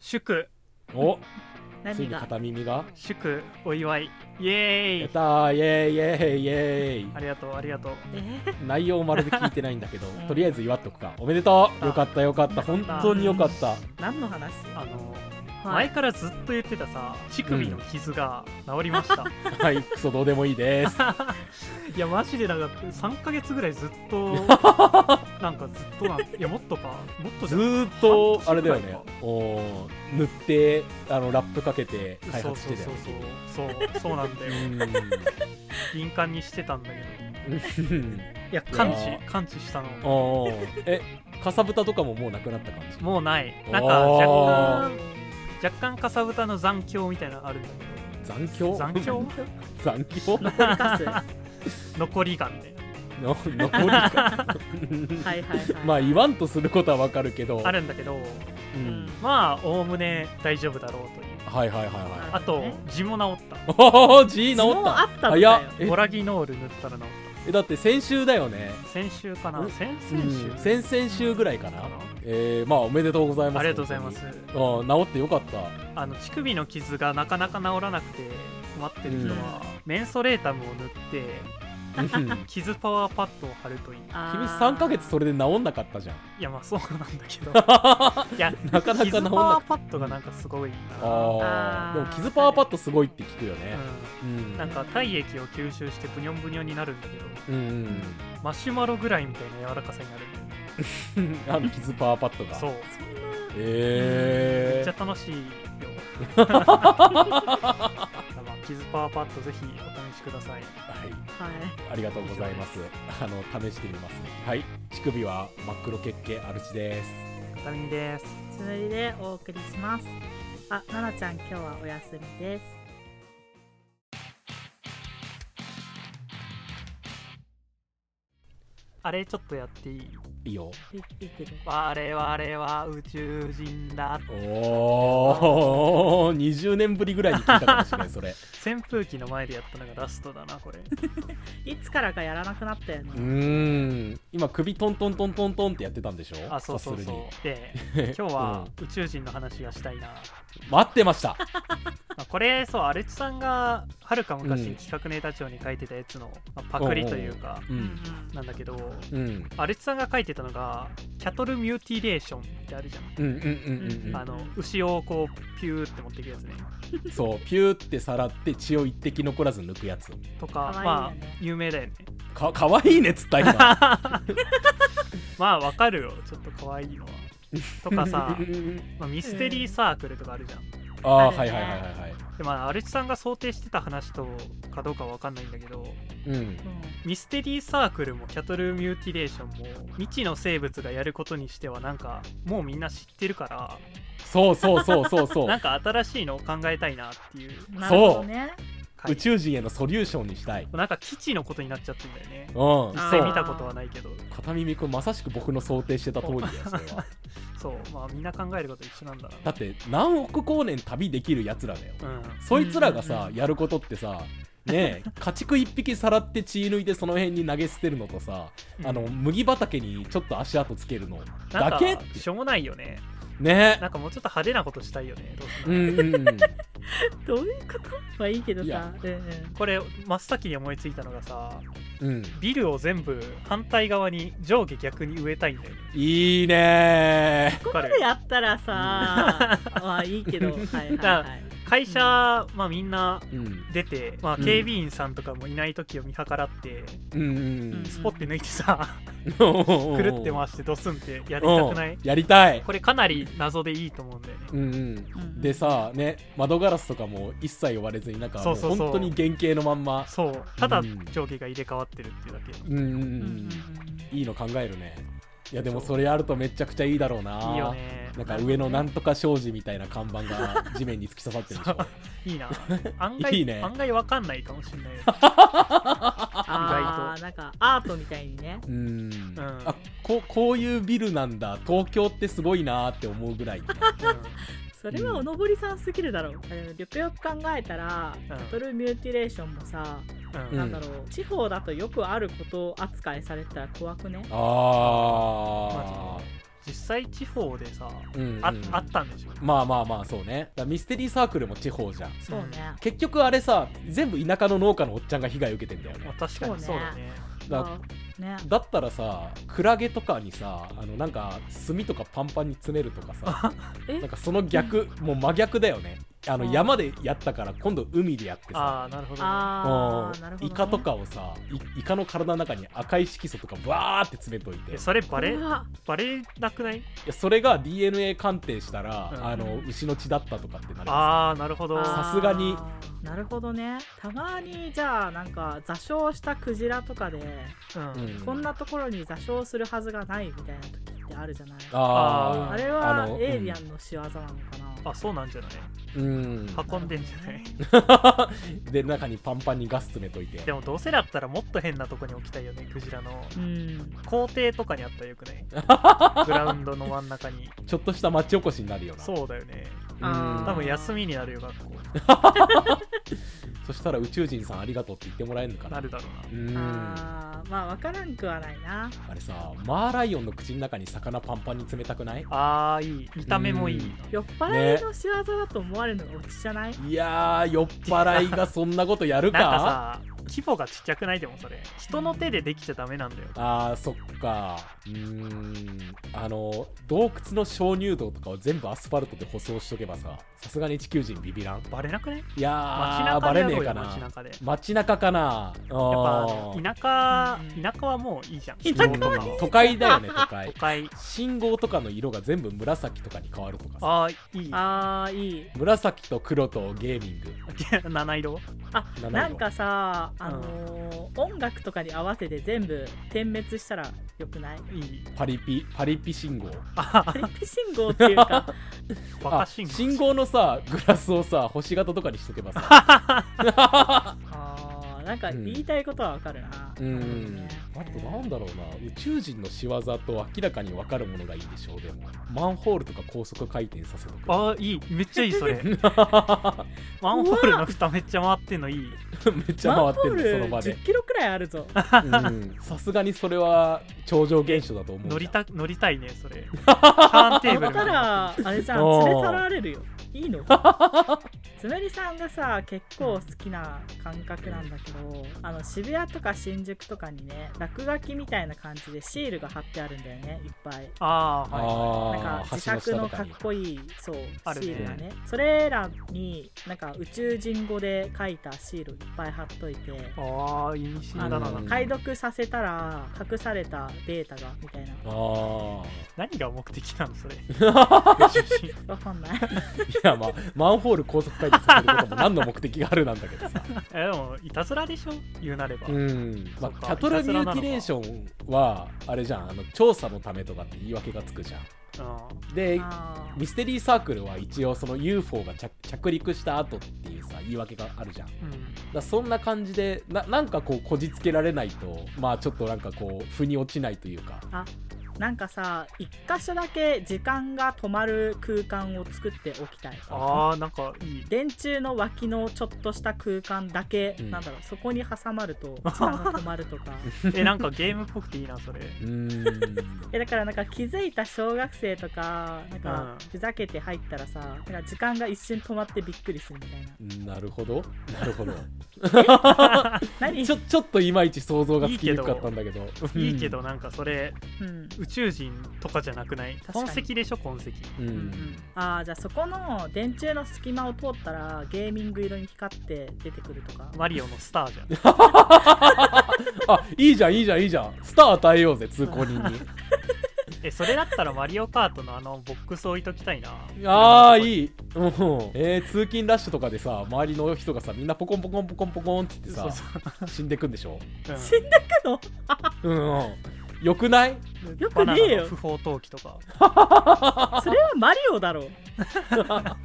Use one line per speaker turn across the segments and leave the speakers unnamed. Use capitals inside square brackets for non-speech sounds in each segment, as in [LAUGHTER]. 祝
おつい
何
に
が
片耳が
祝お祝いイエー
やっ
イ
たーイエーイイエーイイエ
ありがとうありがとう
え
ーイ内容まるで聞いてないんだけど
ん
とりあえず祝っとくかおめでとうよかったよかった本当によかった
何の話
あの
はい
[LAUGHS] 前からずっと言ってたさ乳首の傷が治りました、
はいクソどうでもいいです
[LAUGHS] いやマジでなんか3ヶ月ぐらいずっと [LAUGHS] なんかずっと [LAUGHS] なんいやもっとかもっとじ
ず
ゃん
ーっとあれだよねおー塗ってあのラップかけて開
そう
発し
そう
てたよ
そう
ね
そうそうそうなんだよ
君う
敏感にしてたんだけど
ーん
いや完
いや
治完治したの
おーえかさぶたとかももうなくなった感じ
もうないなんか
お
若
ー
干若干かさぶたの残響みたいなのあるんだ
残
け
響
ど残響
[LAUGHS] 残響
残りかすは
残りがね
の残りか [LAUGHS]
いはいはい
まあ言わんとすることはわかるけど
あるんだけど
う
うんん
まあおおむね大丈夫だろうという
はいはいはいはい
あと
ね
地も治った
おお G 治っ
もう
た
あったんだよ
早っえ
ボラギノール塗ったら治っ
えだって先週だよね
た先週かな
うん
先
う
々週
ん先々週ぐらいかな
かな
えー、まあおめでとうございます
ありがとうございます
本当にあー治ってよかった
あの乳首の傷がなかなか治らなくて困ってる人は、メンソレータムを塗って [LAUGHS]
うん君
傷パワーパッドを貼るといい
あー
3ヶ月それで治んなかったじゃん
いやまあそうなんだけ
[LAUGHS]
どいや
なかなか治んなく
傷パワーパッドがなんかすごいな
あー
あー
でも傷パワーパッドすごいって聞くよね
う
うん
ん、なんか体液を吸収してブニョンブニョンになるんだけど
うんうん
マシュマロぐらいみたいな柔らかさになるんだよね
うんあの傷パワーパッドが
そう
そんな
めっ
え
ちゃ
ー
楽しいよ
[LAUGHS]
まあ傷パワーパッドぜひお試しください
はい
はい
ありがとうございます。あの試してみます。はい、乳首は真っ黒血系アルチです。
片耳です
つむりでお送りしますあ、奈々ちゃん今日はお休みです
あれちょっとやっていい
いいよ。
いいいけど
我々は宇宙人だ
お [LAUGHS] お、20年ぶりぐらいに聞いたかもしれないそれ。
扇風機の前でやったのがラストだなこれ
いつからかやらなくなったよね
[LAUGHS] うーん、今首トントントントントンってやってたんでしょ。
あそうそう
察
そうです
るに
今日は
う
宇宙人の話がしたいな、
ん待ってま
[LAUGHS]
した。
まあ、これそうアルチさんがはるか昔に企画ネタ帳に書いてたやつの、まあパクリというか
う
うん
ん、
なんだけど
うん、
アルチさんが書いてたのがキャトルミューティレーションってあるじゃん
うん、うん、うん、うん
あの牛をこうピューって持っていくやつね
うん。そう、ピューってさらって血を一滴残らず抜くやつ。
とか
か
ま
わいいよね
あ有名だよね
か、可愛いねっつった今。
[LAUGHS] まあわかるよちょっと可愛いのはとか
[LAUGHS]
さ
うん、うんうん
まあ、ミステリーサークルとかあるじゃん
あ
あ
ー、
るね
はい、はい、はい、はい、はい。
でまあアルチさんが想定してた話とかどうかわかんないんだけど
うん。
ミステリーサークルもキャトルミューティレーションも未知の生物がやることにしてはなんかもうみんな知ってるから
そう、そう、そう、そう、そ
[LAUGHS]
う
なん。か新しいのを考えたいなっていう
うんなるほどね
回
宇宙人へのソリューションにしたい。うん、
なんか基地のことになっちゃってんだよね
そ
実際
あー
見
う。
たことはないけど
片耳くんまさしく僕の想定してた通りだよ、それは。
[LAUGHS] そうまあみんな考えること一緒なんだな
だって何億光年旅できるやつらだよ。
うん
そいつらが
うんうん
さ
う、ん
やることってさ、ねえ、家畜一匹さらって血抜いてその辺に投げ捨てるのとさ、あの、麦畑にちょっと足跡つけるの
なん
だ
か
けっ。
してょうもないよね
ね
なんかもうちょっと派手なことしたいよねどうす
うんんうんうん。
どういうことまあいいけど
い
さ
や
うんうん
これ真っ先に思いついたのがさ
うん。
ビルを全部反対側に上下逆に植えたいんだよね
いいね
わか
こ
る
れやっ
[LAUGHS]
たらさまあいいけどはいはいはい
会社まあみんな
ー。うん。
出て、まあ、
うん
警備員さんとかもいない時を見計らって、
うん
うん
スポッて抜いてさ、
うん。
くるって
ま
回してドスンってや
や
りたくない、
やりたい。
これかなり謎でいいと思うんだよね、
うんうん。
うん
でさね窓ガラスとかも一切割れずになんか
そうそうそう
もう本当に原型のまんま
そうただ
うん
上下が入れ替わってるっていうだけ、
うんうんう
うんうん
んいいの考えるねいやでもそれやるとめちゃくちゃいいだろうない
いよね
なんか上のなんとか障子みたいな看板が地面に突き刺さってるで
[LAUGHS]
しょ
い
[LAUGHS]
いな案外
いいね
案外わかんないかもしれないよ
あーなんかアートみたいにね
うん、
ん
あここういうビルなんだ東京ってすごいなーって思うぐらいね、
[LAUGHS]
それはおのぼりさんすぎるだろうあのよくよく考えたら
うん
バトルミューティレーションもさ
うんうん
なんだろう地方だとよくあること扱いされてたら怖くね
ああ
実実際地方でさ、
うんうん
ああったんでしょ
まあまあまあそうねだからミステリーサークルも地方じゃん
そうね。
結局あれさ全部田舎の農家のおっちゃんが被害受けてんだよね
まあ、確かにそうだね
だ
まあね。
だったらさクラゲとかにさあのなんか炭とかパンパンに詰めるとかさ
え
なんかその逆もう真逆だよねあの
うん
山でやったから今度海でやってさ
[LAUGHS] ああなるほど、ね、
ああ、なるほど、
イ
ね。
カとかをさいイカの体の中に赤い色素とかバーって詰めといて
えそれバレ
うわ
バレなくない
いやそれが DNA 鑑定したら、
うん
あの牛の血だったとかってなるあ
ああなるほど
あー
さすがに
なるほどねたまにじゃあなんか座礁したクジラとかで、
うん
こんなところに座礁するはずがないみたいな時ってあるじゃないあ
あ
あー
ー
れ
あ
は
の
エイリアンの仕業なのかな
[LAUGHS]
あそうなんじゃない
うん [LAUGHS]
運んでんじゃない
で中にパンパンにガス詰めといて
でもどうせだったらもっと変なとこに置きたいよねクジラの
うん
校庭とかにあったらよくない
[LAUGHS]
グラウンドの真ん中に
ちょっとした町おこしになるよな
そうだよね
うん
あー
多分休みになるよ学校
そしたら宇宙人さんありがとうって言ってもらえるのかな
なるだろ
う
うん
あ
あーまあわからんくはないな
れさマーライオンの口の中に魚パンパンに詰めたくない
なあーいい見た目もいい
うん
酔っ払いの仕業だと思われるのがオチじゃない、
いやー酔っ払いがそんなことやるか
なんかさ規模がちっちゃくないでもそれ人の手でできちゃダメなんだよ
あーそっかうーんあの洞窟の鍾乳洞とかを全部アスファルトで舗装しとけばささすがに地球人ビビらん
バレなくね
いや
街
ーバ
中で
レ
や
ね
ろう
えか
よ
な
街中でやっ
街中かなやっ
ぱ田舎
うん
田舎はもういいじゃん
田舎は
都とかは
都会だよね都会
都会
信号とかの色が全部紫とかに変わるとかさ
あーいい
あーいい
紫と黒とゲーミング
[LAUGHS] 七色
あ
七色
なんかさあのー音楽とかに合わせて全部点滅したらよくない
いい
パリピパリピ信号
あ
パリピ信号ってい
[LAUGHS]
うか
バカ
あ
信号
のさグラスをさ星型とかにしとけば
[LAUGHS]
さ
あーなんか言いたいことはわかるな。
うんあとなんだろうな宇宙人の仕業と明らかに分かるものがいいでしょうでもマンホールとか高速回転させとく
あーいいめっちゃいいそれマンホールの蓋めっちゃ回ってんのいい
[LAUGHS] めっちゃ
マ
回
ン
ってんのそ
ホール
の場で
10キロくらいあるぞ。
うんさすがにそれは超常現象だと思う
乗り
い
た乗りたいねそれターンテー
あ
ブル
っ
み
た
たいな
ら、あれじゃん、
おー
連れ去られるよ。いいのつむりさんがさ、結構好きな感覚なんだけど、あの渋谷とか新宿とかにね、落書きみたいな感じでシールが貼ってあるんだよね、いっぱい。
あーはい
なん
あー
か自
橋の
作
下
の
と
か
か
っ
に
こいいそう
あるね
シールがねそれらになんか宇宙人語で書いたシールいっぱい貼っといて
ああ意味深
あ
だ
の
な
うん
なんか
解読させたら隠されたデータがみたいな
ああ
何が目的なのそれ
わかんない
いやまあマンホール高速回転させることも何の目的があるなんだけど
[LAUGHS]
さ
えでもいたずらでしょ言うなれば、
うん、
そ
まあ、
っ
キ
か
ャトルミューティレーションはあれじゃんあの調査のためとかって言い訳がつくじゃん
あ
で
あー
ミステリーサークルは一応その UFO が着着陸した後っていうさ言い訳があるじゃんだか
ーうん
らそんな感じでななんかこうこじつけられないとまあちょっとなんかこう腑に落ちないというか
なんかさ一箇所だけ時間が止まる空間を作っておきたい
あーなんかいい
電柱の脇のちょっとした空間だけ、
うん
なんだろうそこに挟まると時間が止まるとか
えなんかゲームっぽくていいなそれ
うーん
えだからなんか気づいた小学生とか
う
なん
ん
かふざけて入ったらさなんか時間が一瞬止まってびっくりするみたいな
なるほどなるほど
何
ちょちょっといまいち想像がつきにくかったんだけど
いいけどなんかそれ
うん
宇宙人とかじゃなくない
確か
痕
に
跡でしょ痕跡
うん、う
うん
ん
ああじゃあそこの電柱の隙間を通ったらゲーミング色に光って出てくるとか
マリオのスターじゃん
あいいじゃんいいじゃんいいじゃんスター与えようぜ通行人に
えそれだったらマリオカートのあのボックス置いときたいな
あー
い
いい、うんえー、通勤ラッシュとかでさ周りの人がさみんなポコンポコンポコンポコンって言って
そう
さ
そ
死んでくんでしょ
う、うん
死んだけど
うん、うん、よくない
よく
バナ
ねえ
ナの
よ
不法投棄とか
[LAUGHS] それはマリオだろ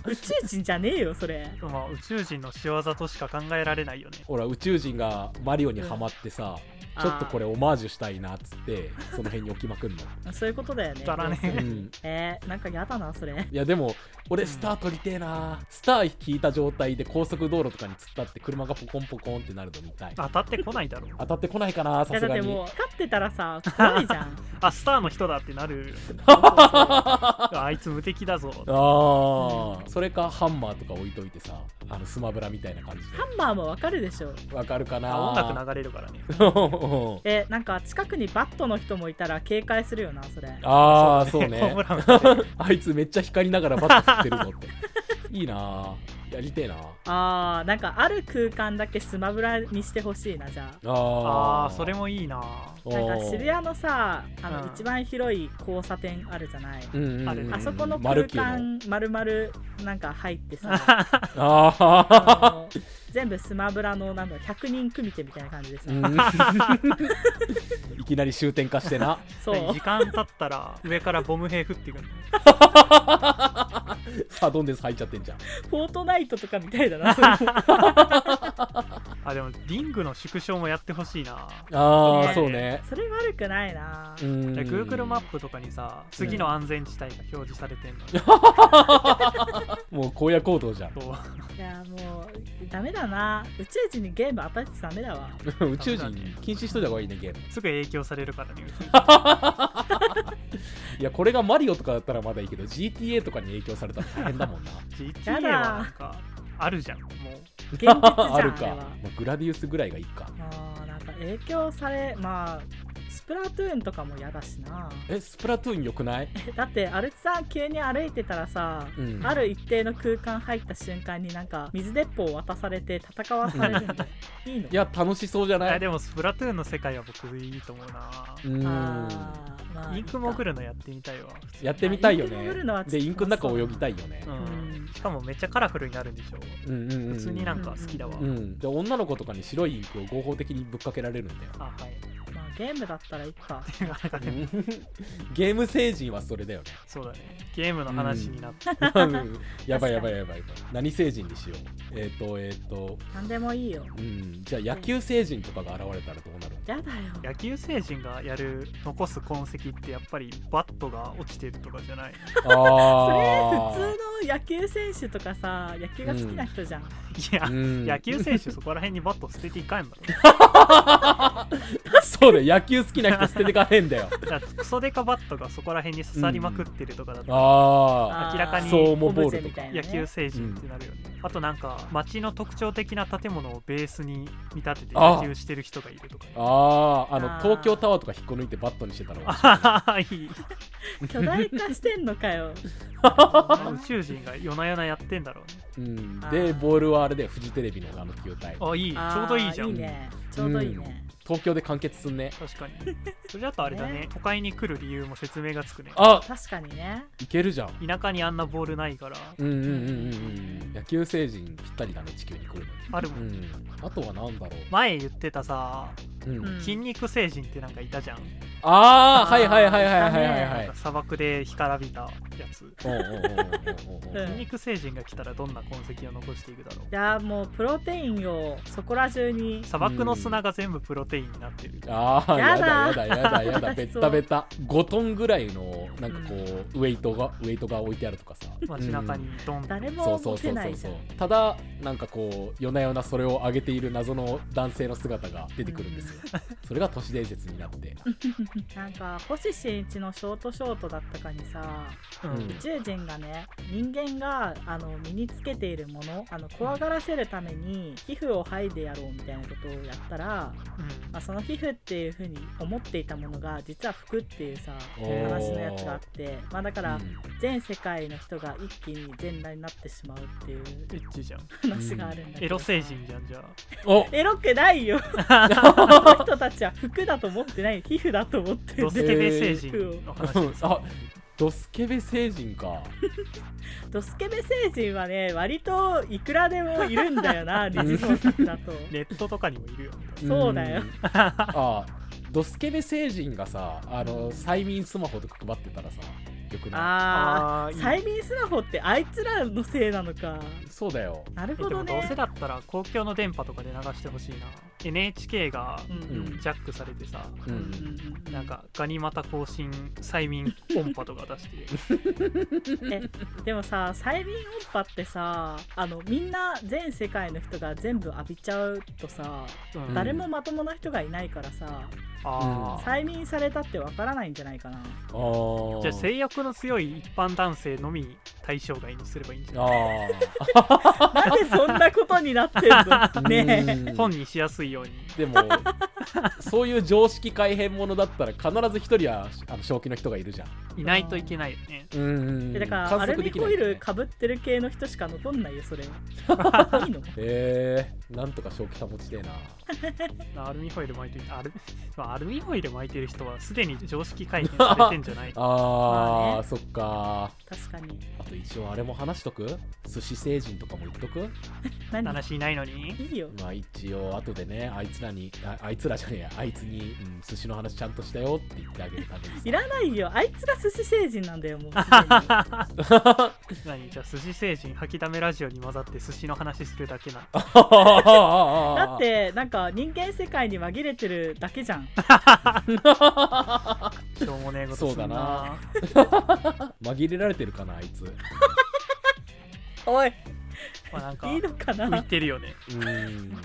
宇宙人じゃねえよそれ
まあ宇宙人の仕業としか考えられないよね
ほら宇宙人がマリオにはまってさ、 [LAUGHS] ちょっとこれオマージュしたいなっつってその辺に置きまくんの、
あーそういうことだよね
だらね
う
え
ん、
えー、なんかやだなそれ
いやでも
う
俺
ん
スター取りてえな、スター引いた状態で高速道路とかに突っ立って車がポコンポコンってなるの見たい
当たってこないだろう
当たってこないかないさ
や
す
だっ
が
て
に [LAUGHS]
もう光ってたらさ怖いじゃん
あスターの人だってなるあいつ無敵だぞ
ああ、それかハンマーとか置いといてさあのスマブラみたいな感じ
ハンマーもわかるでしょ
でわかるかな
あ音楽流れるからね
[LAUGHS] 楽
えなんか近くにバットの人もいたら警戒するよなそれ
ああ
[LAUGHS]
そう
ホーム
ね
ラン打って
あいつめっちゃ光りながらバット振ってるぞっていいなやりてえな
あーなんかある空間だけスマブラにしてほしいなじゃあ
あ
あーそれもいいなあ
なんか渋谷のさあの
うん
一番広い交差点あるじゃない、
うんうんうん
ある
あそこの
マル
空
キュ
[LAUGHS]
ーの
間丸々なんか入ってさ
あ
あの [LAUGHS] 全部スマブラのなんだろう100人組手みたいな感じでさ、
ーうんいきなり終点化してな
そう
[LAUGHS] 時間経ったら上からボム兵降ってくる
さあどんです入っちゃってんじゃん
フォートナイトとかみたいだ
[LAUGHS]
なそれも
あでもリングの縮小もやってほしいな
ああ
そ
そうう
ね
ね
それ悪くないな、
うん
Google マップとかにさ次の安全地帯が表示されてんのよ
もう荒野行動じゃん
そう
いやもうダメだな宇宙人にゲーム与えてダメだわ
宇宙人禁止しといた方がいいねゲーム
[LAUGHS] すぐ影響されるからね
いやこれがマリオとかだったらまだいいけど GTA とかに影響されたら大変だもんな
GTA はなんかあるじゃんもう
現実じゃんあ
[LAUGHS] あ
れ
る
は
かもうグラディウスぐらいがいいか
あーなんか影響されまあスプラトゥーンとかも嫌だしな
えスプラトゥーンよくない、
だってアルツさん急に歩いてたらさ、
うん、
ある一定の空間入った瞬間になんか水鉄砲を渡されて戦わされるんだよいいの
いや楽しそうじゃない
あでもスプラトゥーンの世界は僕いいと思うな
うーん
あーまあ
インクもぐ
る
るのやってみたいわ普通
やってみたいよ
まあインクのブルー
ね
のはちょっと
でインクの中泳ぎたいよね
う
うん
んしかもめっちゃカラフルになるんでしょ
うんうんうんうん
普通になんか好きだわ
うん、で女の子とかに白いインクを合法的にぶっかけられるんだよ
あはい [LAUGHS]
まあ、ゲームだったらいいか
[LAUGHS] ゲーム星人はそれだよね
そうだねゲームの話になって
うんやばいやばいやばいやばい何星人にしようえっ、とえっ、と
なんでもいいよ
うんじゃあ野球星人とかが現れたらどうなる
やだよ
野球星人がやる残す痕跡ってやっぱりバットが落ちてるとかじゃない
それ
あ
普通の野球選手とかさ野球が好きな人じゃん、
いや、
うん
野球選手そこら辺にバット捨てていかんだろ
そうだよ野球好きな人捨ててかへんだよ
だからクソデカバットがそこら辺に刺さりまくってるとか [LAUGHS] だと
あ
明らかに
そう
オ
もボ
ブ
ー
ジェ
ル
み
とか
たいな、ね、
野球星人ってなるよね、あとなんか街の特徴的な建物をベースに見立てて
あ
野球してる人がいるとか
ああああ
あ
の
ー
東京タワーとか引っこ抜いてバットにしてたの
[LAUGHS] ああい
[LAUGHS]
い
巨大化してんのかよ
宇宙人が夜な夜なやってんだろうね
うん
あー
でボールはあれでフジテレビのあの球体
あいいち
あー
ょうどいいじゃん
いいねちょうどいいね、
東京で完結すんね
確かにそれだとあれだね
ね
都会に来る理由も説明がつくね
あ
確かにね
いけるじゃん
田舎にあんなボールないから
うんうんうんうんうん野球星人ぴったりだね地球に来る
あるも
の
ん、
にうんあとはなんだろ
前言ってたさ
う、うん
うん
筋肉星人ってなんかいたじゃん,、
ああ
あー
はいはいはいはいはいはいは
なん
い
か砂漠で干からびたやつ
おうおうおうおうおうおう
うん
筋肉星人が来たらどんな痕跡を残していくだろ
いやもうプロテインをそこら中に
う砂漠の砂が全部プロテインになってる、
ああ
や
や
だ
だやだやだやだ
楽
ベ
しそう
ッタベタ5トンぐらいのなんかこう、ウェイトがウェイトが置いてあるとかさ
街中にドンと、
誰
そ
も
うそ
持
うそ
て
う
な
そう
いじ
そ
ゃ
うんただなんかこう夜な夜なそれを上げている謎の男性の姿が出てくるんですよ、それが都市伝説になって
なんか星新一のショートショートだったかにさ
うん
うん
宇宙人がね人間があの身につけているものあの怖がらせるために皮膚を剥いでやろうみたいなことをやったら、まあ、その皮膚っていうふうに思っていたものが実は服っていうさ
おー
話のやつがあって、まあ、だから
うん
全世界の人が一気に全裸になってしまうっていう
エッチじゃん
話があるんだけどさ、
エロ星人じゃんじゃ
お
エロくない
[LAUGHS]
よあの人たちは服だと思ってない皮膚だと思って
あドス
る
ケベ星人の話
[LAUGHS]
です、
[LAUGHS] あドスケベ星人か
ドスケベ星人はね割といくらでもいるんだ
[LAUGHS]
よな二次創作だと
ネットとかにもいるよ
[LAUGHS] そうだよ
んあドスケベ星人がさあの催眠スマホとか配ってたらさよくな
あ
あ
ー
ーいい
催眠スマホってあいつらのせいなのか
いそうだよ
なる
え
ほ
で
ど
もどう
ね
せだったら公共の電波とかで流してほしいな NHK が
うん
ジャックされてさ、
う
うん
ん
うんうん
なんかガニ股更新催眠音波とか出して
でもさ催眠音波ってさあのみんな全世界の人が全部浴びちゃうとさ
うん
誰もまともな人がいないからさ
あー
催眠されたってわからないんじゃないかな
あー
じゃあ性欲の強い一般男性のみ対象外にすればいいんじゃない
あ
なんでそんなことになってんの
ー
ねえ
[LAUGHS] うん
本にしやすいように
でもそういう常識改変ものだったら必ず一人はあの正気の人がいるじゃん
いないといけないよね。
うん
えだからアルミホイルかぶってる系の人しか残んないよそれいいの
えー、なんとか正気保ちてえな
アルミホイル巻いてるアル, 、まあ、アルミホイル巻いてる人はすでに常識改変されてんじゃない
[LAUGHS] あー、
まあね
そっか
確かに
あと一応あれも話しとく寿司星人とかも言っとく
何
話いないのに
いいよ
まあ一応後でねあいつらにああいつらじゃねえやあいつに、うん、寿司の話ちゃんとしたよって言ってあげるために
いらないよあいつが寿司星人なんだよもうすでに
[LAUGHS] 何じゃあ寿司星人吐きだめラジオに混ざって寿司の話するだけ
[LAUGHS]
なの
[LAUGHS] だ
だってなんか人間世界に紛れてるだけじゃん
しょうもねえことすん
そうだな
な
紛れられてるかなあいつ
おい
まあなんか
[LAUGHS]
いいのか
浮い
な
てるよね [LAUGHS]
うん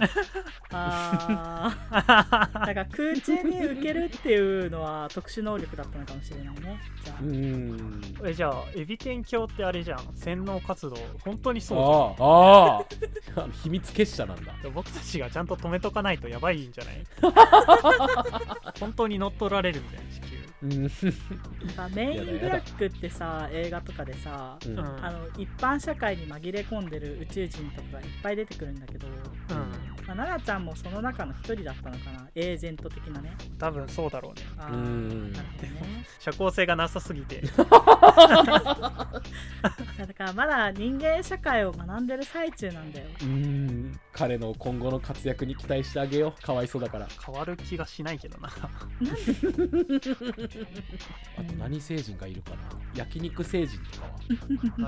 あーだから空中に浮けるっていうのは特殊能力だったのかもしれないねじゃあ
うん
えじゃあエビ天教ってあれじゃん洗脳活動本当にそうじゃん
ああああ秘密結社なんだ
いや僕たちがちゃんと止めとかないとやばいんじゃない
[LAUGHS]
本当に乗っ取られるみたいな地球
うん
さメインブラックってさ映画とかでさ、
うん
うん
あの一般社会に紛れ込んでる宇宙人とかがいっぱい出てくるんだけど、
うん
まあ、奈々ちゃんもその中の一人だったのかなエージェント的なね
多分そうだろうね
あ
う
ー
ん
なるほどね
社交性がなさすぎて
いやだからまだ人間社会を学んでる最中なんだよ
うん彼の今後の活躍に期待してあげようかわいそうだから
変わる気がしないけ
[LAUGHS]
どな
あと何星人がいるかな焼肉星人とかは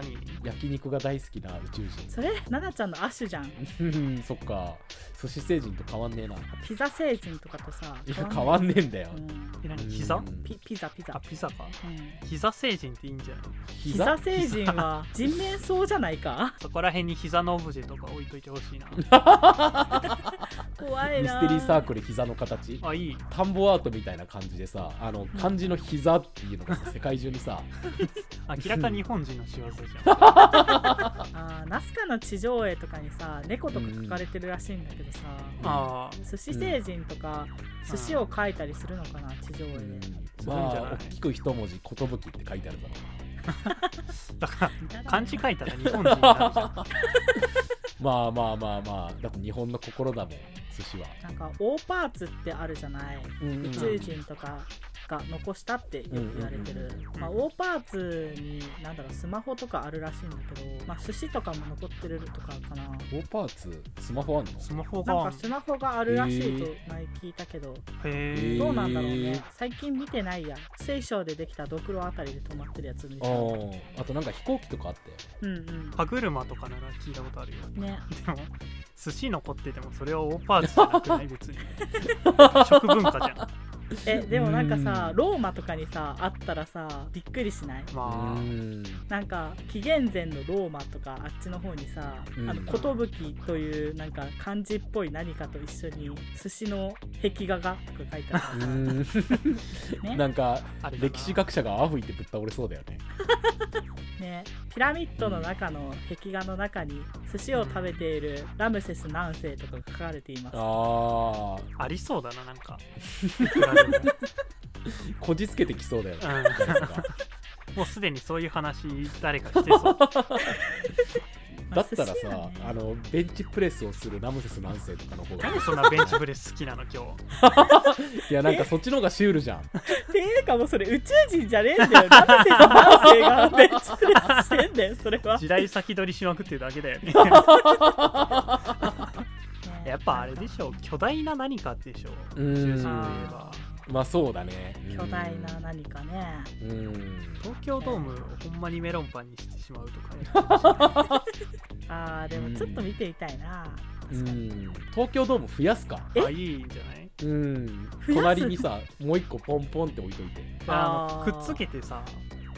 何
焼肉が大好きな宇宙人
それ奈々ちゃんの亜種じゃん
うんそっか寿司星人と変わんねえな
ピザ星人とかとさ
いや変わ
ん
んねえんだよ、
うん
え何膝
うん
ピピザピザ
あ、ピザか
うん、
膝星人っていいんじゃない
膝星人
[LAUGHS]
は人面相じゃないか
そこら辺に膝のオブジェとか置いといてほ [LAUGHS] しいな
怖い
ミス
な
テリーサークル膝の形
あいい
田んぼアートみたいな感じでさあの漢字の膝っていうのがさ世界中にさ
明らかに日本人の仕業じゃん
あーナスカの地上絵とかにさ猫とか描かれてるらしいんだけどさ、
ああ
寿司星人とか、寿司を描いたりするのかな地上絵
すごい
で、
んじゃ
ま
な
あ
い
大きく一文字「寿」って書いてあるだろうな
だから漢字書いたら日本人になるじゃん
まあまあまあまあだって日本の心だもん寿司は、
なんか大パーツってあるじゃない
うん
宇宙人とかが残したってよく言われてる、
うんうん
うん
まあ、
うん
大パーツになんだろうスマホとかあるらしいんだけど、まあ、寿司とかも残ってるとかかな
大パーツスマホあんの
スマホ
な
が
んかスマホがあるらしいと前聞いたけど、
へえ
どうなんだろう
へ
ね
ー
最近見てないや水晶でできたドクロあたりで止まってるやつ見たうん
あああとなんか飛行機とかあったよね
うん
歯車とかなら聞いたことあるよ
ね
でも寿司残っててもそれはオーパーツじゃなくない別に [LAUGHS] 食文化じゃん
えでもなんかさ
うん
ローマとかにさあったらさびっくりしない
まあ
ん
なんか紀元前のローマとかあっちの方にさ「
うん
あの寿」というなんか漢字っぽい何かと一緒に寿司の壁画がとか書いてあ
う
るから
ん
さね
なんか
あれだな
歴史学者がアフイってぶっ倒れそうだよね
ねピラミッドの中の壁画の中に寿司を食べているラムセス何世とかが書かれています。
ああ
ありそうだななんかいくらでも
こじつけてきそうだ
[LAUGHS]
よね
うん
なんか
もうすでにそういう話誰かしてそう
だったら
寿司は
さ
ね
あのベンチプレスをするラムセス何世とかの方が
何そんなベンチプレス好きなの今
いやなんかそっちの方がシュールじゃん [LAUGHS]
っていうかもうそれ宇宙人じゃねえんだよ。ラムセス何世がベンチプレスしてんだよ、それは
日。時代先取りしまくってるだけだよね
ね
[LAUGHS] やっぱあれでしょ巨大な何かでしょ
うん
宇宙人といえば
まあそうだね
巨大な何かね。
うん
東京ドームをほんまに
[LAUGHS]
メロンパンにしてしまうとかやってほしいな
あーでもちょっと見てみたいな。
う
確かに
ん東京ドーム増やすか
え
あいいんじゃない
うん
増やす
隣にさもう一個ポンポンって置いといて
あ
あ
の
ー
くっつけてさ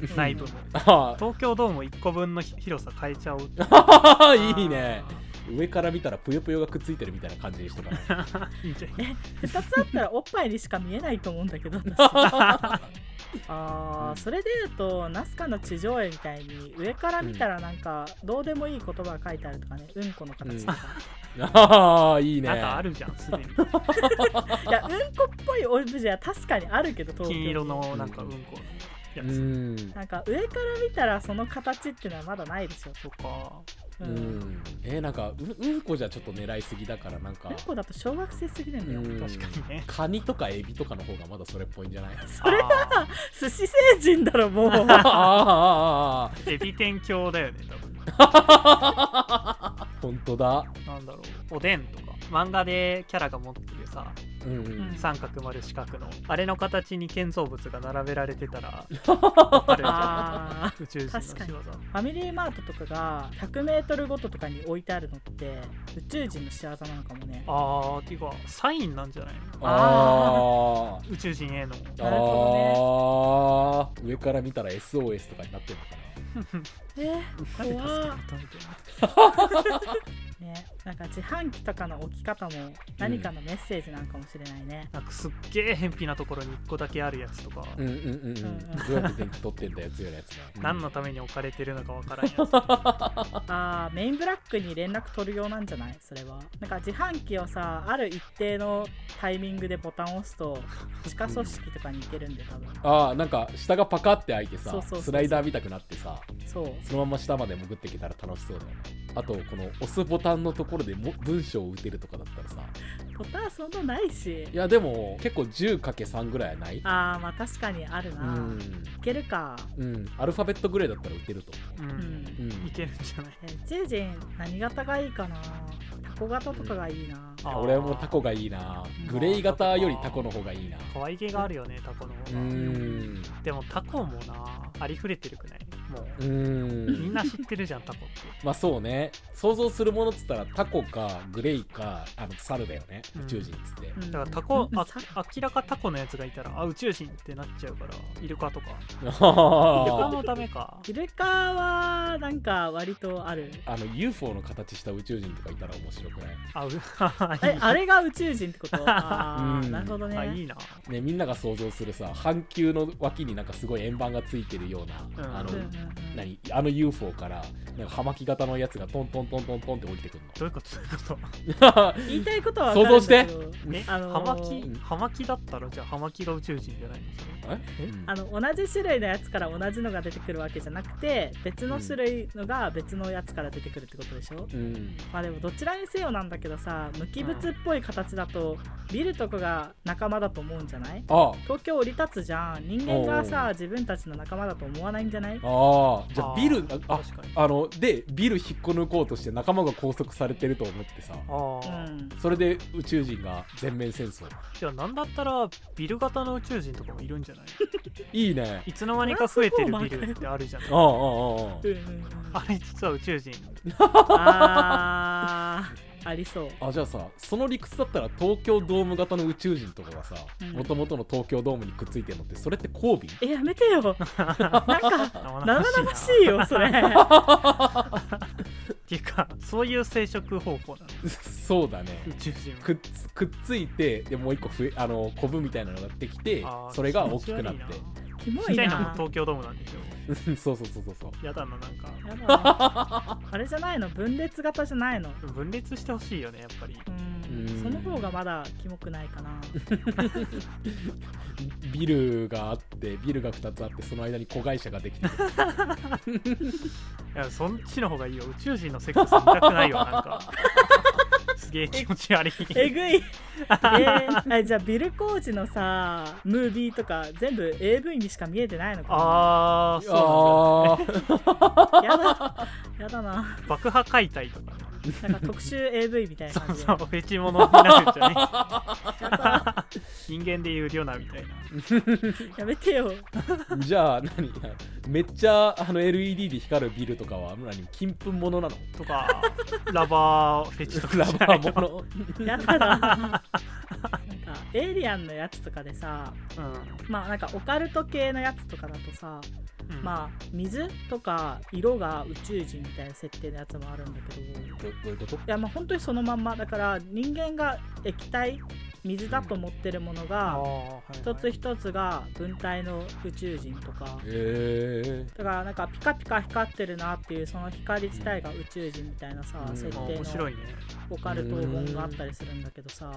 うん
内部も
あ
東京ドーム1個分のひ広さ変えちゃおう
[LAUGHS] あ [LAUGHS] いいね上から見たらぷよぷよがくっついてるみたいな感じにしてから
いいんじゃない
2つあったらおっぱいにしか見えないと思うんだけど
[LAUGHS]
あーそれでいうとナスカの地上絵みたいに上から見たらなんかどうでもいい言葉が書いてあるとかねうんこの形とか、
ああいいね
なんかあるじゃんすで
[LAUGHS]
に
いやうんこっぽいオブジェは確かにあるけど東京に
金色のなんかうんこ
う
のやつ
ん
なんか上から見たらその形っていうのはまだないでしょ、
とか
う
うん
んえーなんかううんこじゃちょっと狙いすぎだからなんか
うんこだと小学生すぎるんだよ、
うん
確かにね
カニとかエビとかの方がまだそれっぽいんじゃない
そ
あ
れ
は
[LAUGHS] 寿司星人だろもう
[LAUGHS] ああああ
エビ天橋だよね多分
あ本当だ
なんだろうおでんとか漫画でキャラが持ってるさ
うんうん
三角丸四角のあれの形に建造物が並べられてたらわかるんじ
[LAUGHS]
ゃ
あー
ない宇宙人の仕業
確 [LAUGHS] ファミリーマートとかが 100m ごととかに置いてあるのって宇宙人の仕業なのかもね
あーっていうかサインなんじゃないの
あ
宇宙人への
あ
なるほ
ああ上から見たら SOS とかになってるのかな
え
なんで助け
怖
た
っ
みたいな
ねなんか自販機とかの置き方も何かのメッセージなんかもしれないね、
なんかすっげえ偏僻なところに1個だけあるやつとか、
うんうんうんうん
うん
どうやって電気取ってんだよ強いやつね
何のために置かれてるのかわからんやつ
[LAUGHS]
あーメインブラックに連絡取るようなんじゃないそれはなんか自販機をさある一定のタイミングでボタンを押すと地下組織とかに行けるんで多分
ああなんか下がパカって開いてさ
そうそうそうそう
スライダー見たくなってさ
そう
そのまま下まで潜っていけたら楽しそうだよねあとこの押すボタンのところでも文章を打てるとかだったらさ
ボタンそんなないし
いやでも結構 10×3 ぐらいはない
あーまあ確かにある
う
な、
ん
いけるか
うんアルファベットぐらいだったら打てると
う
思
うんん
う、うん、
いけるんじゃない
え宇宙人何型がいいかなタコ型とかがいいな、
あー
俺はもうタコがいいなグレイ型よりタコの方がいいな
可愛げがあるよねタコの方
う
が、
ん
でもタコもなありふれてるくないも
う
う、みん
ん
な知ってるじゃんタコって
まあそうね想像するものっつったらタコかグレイかあの猿だよね
うん
宇宙人っつって、
うん
だからタコ、あ
さ
明らかタコのやつがいたらあ宇宙人ってなっちゃうからイルカとかイルカ
[LAUGHS] あ
もダメか
イルカはなんか割
[LAUGHS]
とある
の UFO の形した宇宙人とかいたら面白くない、
あう
え
[LAUGHS] いい
あれが宇宙人っ
[LAUGHS]
てことあー
うん
なるほどね
あいいな
ね、みんなが想像するさ半球の脇になんかすごい円盤がついてるような、
うん
あの、
うんうんうん
何あの UFO からなんか葉巻型のやつがトントントントントンって降りてくる
どういうことどういうこと
の
言いたいことは分かるんだけど
え、
あのー
葉巻葉巻だったらじゃあ葉巻が宇宙人じゃないのそれ
え [LAUGHS] うん
あの同じ種類のやつから同じのが出てくるわけじゃなくて別の種類のが別のやつから出てくるってことでしょ、
うん
まあでもどちらにせよなんだけどさ無機物っぽい形だとビルとかが仲間だと思うんじゃない
あ
東京降り立つじゃん人間が
おうお
さ
う
自分たちの仲間だと思わないんじゃない
あーじゃあビル
ー
あ
確かに
あのでビル引っこ抜こうとして仲間が拘束されてると思ってさ
あ
う
あ、
ん
それで宇宙人が全面戦争
じゃあなんだったらビル型の宇宙人とかもいるんじゃない
いいね
いつの間にか増えてるビルってあるじゃん
ああああああ
うんうんうん
あれ実は宇宙人
あーありそう
あじゃあさその理屈だったら東京ドーム型の宇宙人とかがさ
うん
もともとの東京ドームにくっついてるのってそれって交尾 [LAUGHS]
えやめてよなんか
生
生々しいよそれ
っていうかそういう生殖方法なの
そうだね
宇宙人
くっつくっついてでもう一個増えあのコブみたいなのができて
あー
それが大きくなって
気持ち悪い
キモ
み
い
た
ない
なのも
や
東京ドームなんでしょ
うん [LAUGHS] そうそうそうそうそう
やだななんか
だねあれじゃないの分裂型じゃないの
分裂してほしいよねやっぱり
うん
うん
その方がまだキモくないかな
ビルがあってビルが2つあってその間に子会社ができてる
いやそっちの方がいいよ宇宙人のセックス見たく
[LAUGHS]
ないよなんかすげえ気持ち悪い
えぐい [LAUGHS] えーあじゃあビル工事のさムービーとか全部 AV にしか見えてないの
[LAUGHS]
か
ああそうなん
あー
なやだやだな
だ爆破解体とかね
なんか特集 AV みたいな
そ
感
う
じで
そうフェチモノになるんじゃね
[LAUGHS] やだ
人間でいうリョナみたいな
やめてよ
じゃあ何めっちゃあの LED で光るビルとかは何金粉ものなの
とかラバーフェチとか
ラ
[LAUGHS] じゃな
バ
いの
ーもの
やだななんかエイリアンのやつとかでさまあなんかオカルト系のやつとかだとさ
うん、うん、
まあ水とか色が宇宙人みたいな設定のやつもあるんだけどい
どどういうこと
やまあ本当にそのまんまだから人間が液体水だと思ってるもの
あー、
が
はいはい
一つ一つが文体の宇宙人とか
ええ
だからなんかピカピカ光ってるなっていうその光自体が宇宙人みたいなさ
うん
設
あー
定
面
の
白いね、
オカルト本があったりするんだけどさ
うん、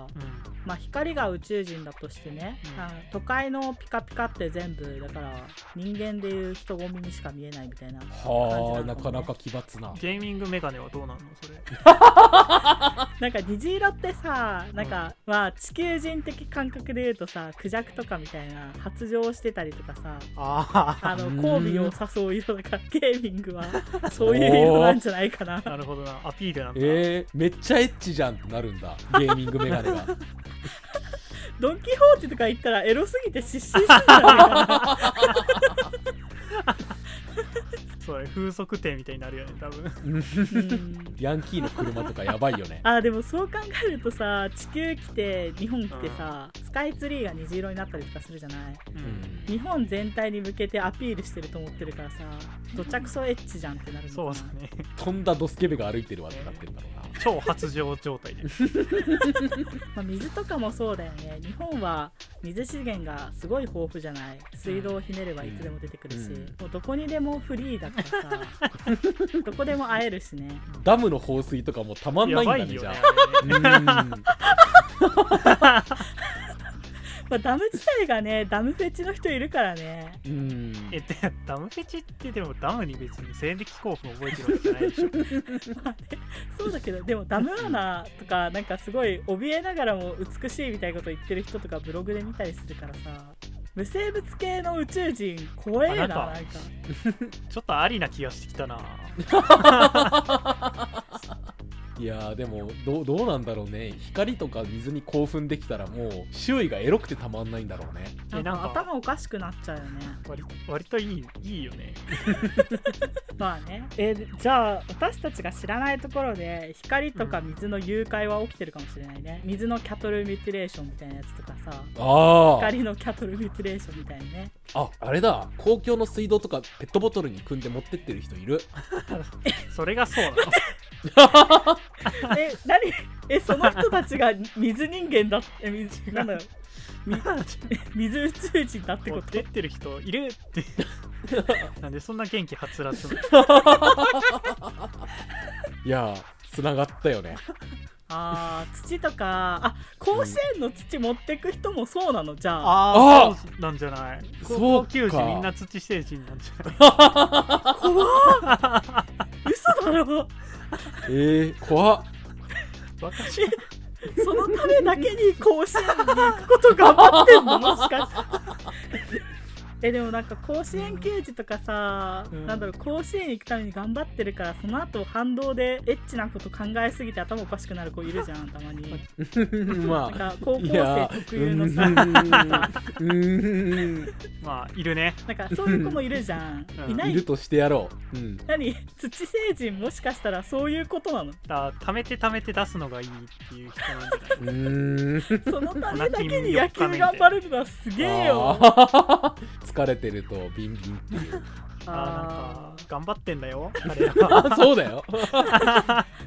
まあ、光が宇宙人だとしてね、
うん
あの都会のピカピカって全部だから人間でいう人混みにしか見えないみたいな
はあ
感じなの
な
か
か
もね
なか奇抜
[LAUGHS]
な
ゲーミングメガネはどうなのそ
[LAUGHS]
れ
なんか虹色ってさなんか、まあ地球人的感覚で言うとさクジャクとかみたいな発情してたりとかさ
あ
あの
うん
交尾を誘う色だからゲーミング
[LAUGHS]
はそういう色なんじゃないかな
あなるほどなアピールなんだ、
えー、めっちゃエッチじゃんってなるんだゲーミングメガネが
[LAUGHS]
ドン・キホーテとか行ったらエロすぎて失神するんじゃ
[LAUGHS]
ないかな
それ風俗店みたいになるよね多分
うん
ヤンキーの車とかやばいよね
あーでもそう考えるとさ地球来て日本来てさ、スカイツリーが虹色になったりとかするじゃない
うん
日本全体に向けてアピールしてると思ってるからさどちゃくそエッチじゃんってなるのか
そ
な
うだね
飛んだドスケベが歩いてるわってなってんだろうな
超発情状態で
まあ、水とかもそうだよね日本は水資源がすごい豊富じゃない水道をひねればいつでも出てくるし、
うん
もうどこにでもフリーだからさどこでも会えるしね
ダムの放水とかもたまんな
やば
いんだね
いよ
じ
ね
ゃあ
あ
う
れね
ーん
まあダム自体がねダムフェチの人いるからね
[LAUGHS]
うーん
えでダムフェチってでもダムに別に性的興奮覚えてるわけじゃないでしょ
そうだけどでもダムアナとかなんかすごい怯えながらも美しいみたいなこと言ってる人とかブログで見たりするからさ無生物系の宇宙人怖えな
あな
なんん
か
か
ちょっとありな気がしてきたない
やーでもどうどうなんだろうね光とか水に興奮できたらもう周囲がエロくてたまんないんだろうね
えな
な
んん
か
か
頭おかしくなっちゃうよね
割割といいいいよね
まあねえーじゃあ私たちが知らないところで光とか水の誘拐は起きてるかもしれないね、水のキャトルミューティレーションみたいなやつとかさ
あー
光のキャトルミューティレーションみたいな [LAUGHS] ね
ああれだ公共の水道とかペットボトルに汲んで持ってってる人いる
それがそうなの
え何 [LAUGHS] えその人たちが水人間だって水なんだろう
みんな
水宇宙人だって
持
こ
っ
と
てってる人いるってなんでそんな元気はつらつない
やーつながったよね
あー土とかあ甲子園の土持ってく人もそうなのじゃあ
あ
あ
あそうなんじゃない
そ
高
うか
校球児みんな土星人なんじゃない
怖っ嘘だろ
え
[LAUGHS]
ー、怖っ
バカじゃん
そのためだけに甲子園に行くこと頑張ってんのもしかしてえでもなんか甲子園球児とかさ、
うん
なんだろう甲子園行くために頑張ってるからその後反動でエッチなこと考えすぎて頭おかしくなる子いる
[LAUGHS]
じゃんたまにな
ま
ん
あ
か高校
い
生
や
特
う
有
ーん
の
う
さ [LAUGHS]
ーん
まあいるね
なんかそういう子もいるじゃん、
うん
いないい
るとしてやろう、うん、
何土星人もしかしたらそういうことなの
だ貯めて貯めて出すのがいいっていう人なんじゃないう
ーん
そのためだ
[LAUGHS]
けに野球頑張れるのはすげえよ
あー疲れてるとビンビンっていう
あーなんか頑張ってんだ
[LAUGHS]
よ彼らは
あそうだよ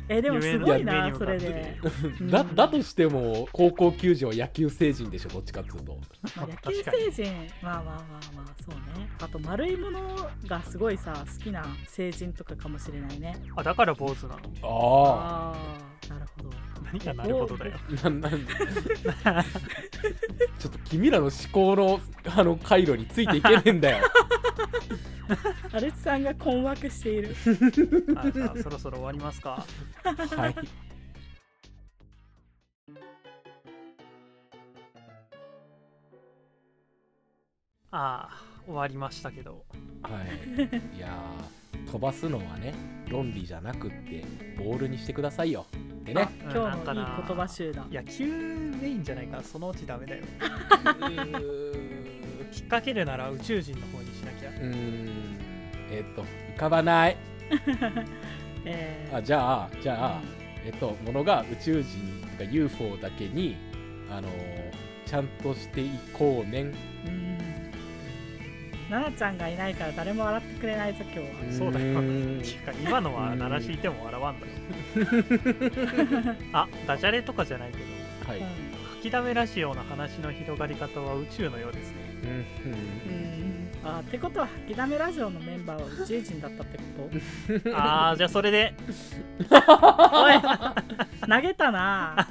えでもすごいな
夢の
そ
夢
れ
に向かっ
で
て、
うん
だだとしても高校球児は野球成人でしょどっちかっつうと
まあ、野球星人まあまあまあまあそうねあと丸いものがすごいさ好きな星人とかかもしれないね
あだから坊主なの
あ
ああなるほど
何がなるほどだよ
あなんなん [LAUGHS] ちょっと君らの思考のあの回路についていけねえんだよ
アルツさんが困惑している
あじゃあそろそろ終わりますか
はい
ああ終わりましたけど
はいいやー飛ばすのはね論理じゃなくってボールにしてくださいよでね
うん
今日
なんか
のいい
な
言葉集団
野球メインじゃないからそのうちダメだよ
うーん
引っ掛けるなら宇宙人の方にしなきゃ
うーんえっと浮かばない
えー
あじゃあじゃあえっとものが宇宙人とか UFO だけにあのーちゃんとしていこうねん
うん奈々ちゃんがいないから誰も笑ってくれないぞ今日は
うん
そうだよっていうか今のは鳴らしていても笑わんだ
[LAUGHS]
よあダジャレとかじゃないけど
はいう
書きだめラジオの話の広がり方は宇宙のようですね
うん
んうんあってことは「吐きだめラジオ」のメンバーは宇宙人だったってこ
あーじゃあそれで
とおい投げたな